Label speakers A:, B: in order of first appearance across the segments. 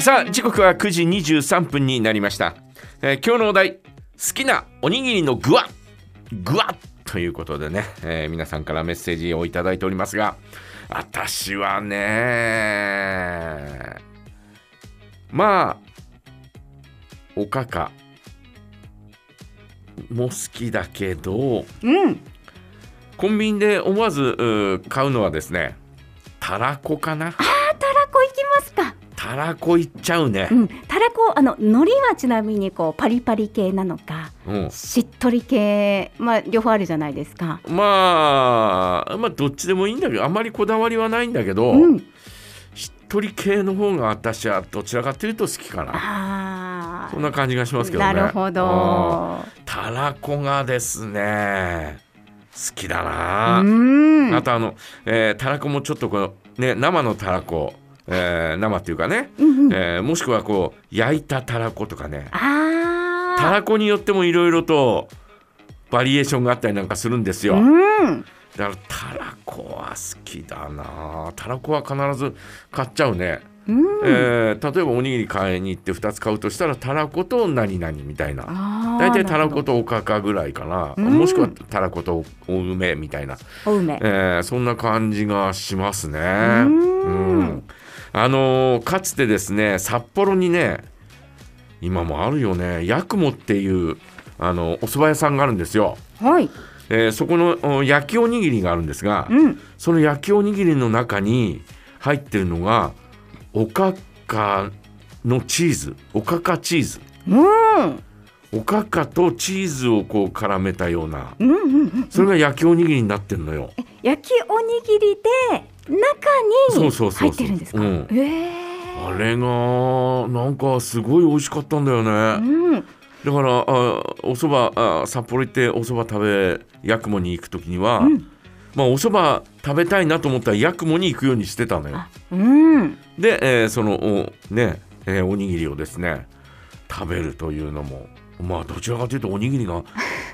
A: さあ時刻は9時23分になりました、えー今日のお題好きなおにぎりの具は具はということでね、えー皆さんからメッセージをいただいておりますが私はねまあおかかも好きだけど
B: うん。
A: コンビニで思わずうー買うのはですねたらこかな
B: あ、たらこいきますか。
A: たらこいっちゃうね
B: う、ん。たらこ、あの、海苔はちなみにこうパリパリ系なのか、
A: うん、
B: しっとり系、まあ両方あるじゃないですか。
A: まあまあどっちでもいいんだけどあまりこだわりはないんだけど、
B: うん。
A: しっとり系の方が私はどちらかというと好きかな
B: あ
A: そんな感じがしますけ
B: あ。
A: どね
B: なるほ
A: うん
B: ど。
A: たらこがですね好きだな、
B: うん。
A: あとあの、えーたらこもちょっとこうね生のたらこ、えー生っていうかね、
B: うんうん。
A: えーもしくはこう焼いたたらことかね
B: ああ。
A: たらこによってもいろいろとバリエーションがあったりなんかするんですよ、
B: うん。
A: だからたらこは好きだなたらこは必ず買っちゃうね、
B: うん。
A: えー例えばおにぎり買いに行って2つ買うとしたらたらこと何々みたいな
B: ああ。
A: 大体たら
B: な
A: こ
B: る
A: とおかかぐらいかな
B: うん
A: もしくはたらことお梅みたいな、
B: ほど。お梅。
A: えーそんな感じがしますね
B: ん
A: うんあのーかつてですね札幌にね今もあるよね八雲っていうあのお蕎麦屋さんがあるんですよ、
B: はい。
A: えーそこのお焼きおにぎりがあるんですが、
B: うん。
A: その焼きおにぎりの中に入ってるのがおかかのチーズおかかチーズ
B: うん。
A: おかかとチーズをこう絡めたような
B: うんうんうん。
A: それが焼きおにぎりになってるのよ。
B: 焼きおにぎりで中
A: そう
B: に
A: そうそうそう
B: 入ってるんですか。
A: うん
B: え
A: あれがなんかすごい美味しかったんだよ
B: え
A: ね。
B: うん。
A: だからあおそば札幌行っておそば食べ八雲に行く時には、
B: うん
A: まあおそば食べたいなと思ったら八雲に行くようにしてたのよ。
B: あ、うん。
A: で、えーそのおね、えーおにぎりをですね食べるというのもまあどちらかというとおにぎり が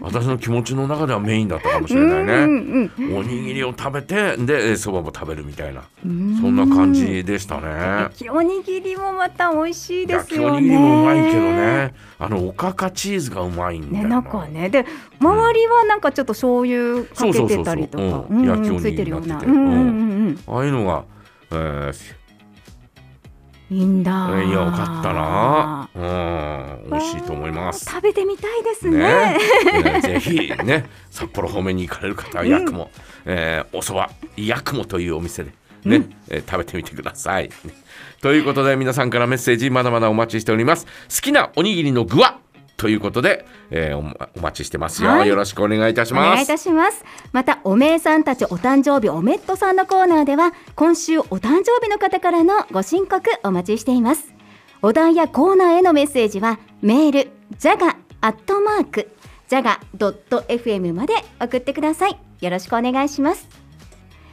A: 私の気持ちの中ではメインだったかもしれな
B: う
A: い
B: ん
A: ね。
B: うんうん
A: おにぎりを食べてでえーそばも食べるみたいな
B: そ
A: そんな感。じでしたね
B: 焼。きおにぎりもまた美味しいで
A: 焼
B: す
A: きお
B: よね。
A: にぎりもうまいけど。ねあのおかかチーズがうまいんだ
B: ね、
A: よな。
B: 中はね、で、周りはなんかちょっと醤油かけてたりと
A: そうそうそう
B: か、
A: そううん焼きおにぎりになってて
B: ついてるような。う
A: うん
B: んうんうん
A: ああいうのが、えーし
B: うん。いいんだ。
A: えーいやよかったな。うん美味しいと思います。
B: わあ食べてみたいですね。
A: ねねぜひね札幌方面に行かれる方は八雲、えーおそば八雲というお店でね、えー食べてみてください。ねということで皆さんからメッセージまだまだお待ちしております。好きなおにぎりの具はということで、えーおまお待ちしてますよ、
B: はい
A: よろしくお願いいたし
B: お
A: ま
B: 願いい
A: す
B: た。しますまたおめえさんたちお誕生日おめっとさんのコーナーでは今週お誕生日の方からのご申告お待ちしていますお題やコーナーへのメッセージはメールジャガアットマークジャガ .fm まで送ってくださいよろしくお願いします